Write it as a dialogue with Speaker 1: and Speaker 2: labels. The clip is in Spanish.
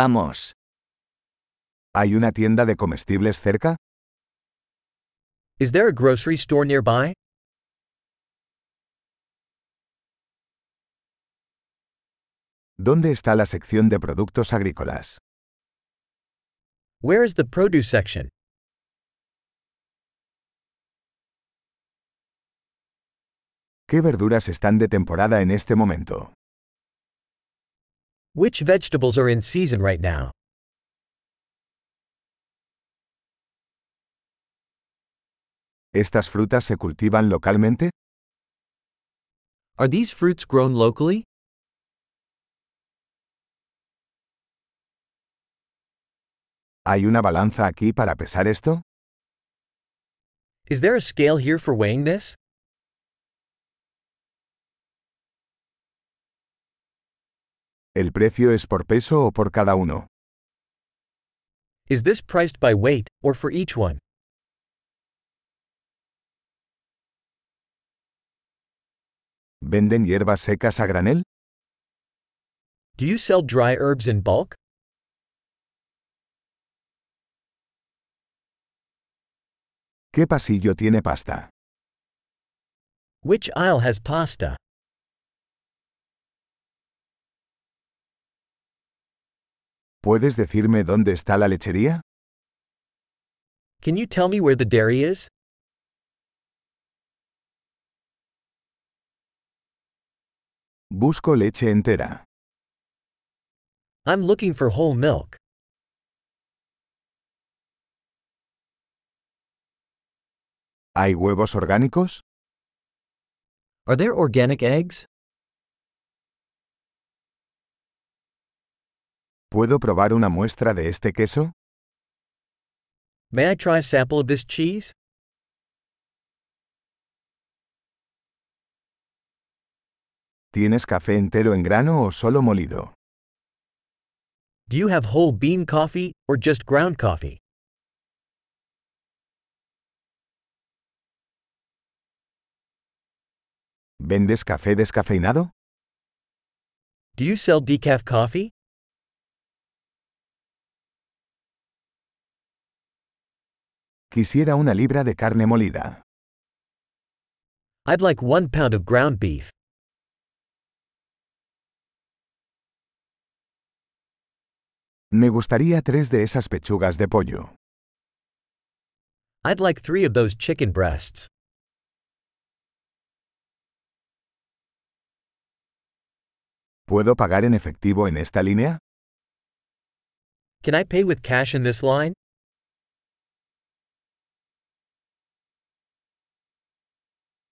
Speaker 1: Vamos.
Speaker 2: ¿Hay una tienda de comestibles cerca?
Speaker 3: Is there a grocery store nearby?
Speaker 2: ¿Dónde está la sección de productos agrícolas?
Speaker 3: Where is the produce section?
Speaker 2: ¿Qué verduras están de temporada en este momento?
Speaker 3: Which vegetables are in season right now?
Speaker 2: ¿Estas frutas se cultivan localmente?
Speaker 3: Are these fruits grown locally?
Speaker 2: ¿Hay una balanza aquí para pesar esto?
Speaker 3: Is there a scale here for weighing this?
Speaker 2: ¿El precio es por peso o por cada uno?
Speaker 3: Is this priced by weight, or for each one?
Speaker 2: ¿Venden hierbas secas a granel?
Speaker 3: Do you sell dry herbs in bulk?
Speaker 2: ¿Qué pasillo tiene pasta?
Speaker 3: Which aisle has pasta?
Speaker 2: ¿Puedes decirme dónde está la lechería?
Speaker 3: Can you tell me where the dairy is?
Speaker 2: Busco leche entera.
Speaker 3: I'm looking for whole milk.
Speaker 2: ¿Hay huevos orgánicos?
Speaker 3: Are there organic eggs?
Speaker 2: ¿Puedo probar una muestra de este queso?
Speaker 3: May I try a sample of this cheese?
Speaker 2: ¿Tienes café entero en grano o solo molido?
Speaker 3: Do you have whole bean coffee, or just ground coffee?
Speaker 2: ¿Vendes café descafeinado?
Speaker 3: Do you sell decaf coffee?
Speaker 2: Quisiera una libra de carne molida.
Speaker 3: I'd like one pound of ground beef.
Speaker 2: Me gustaría tres de esas pechugas de pollo.
Speaker 3: I'd like three of those chicken breasts.
Speaker 2: ¿Puedo pagar en efectivo en esta línea?
Speaker 3: Can I pay with cash in this line?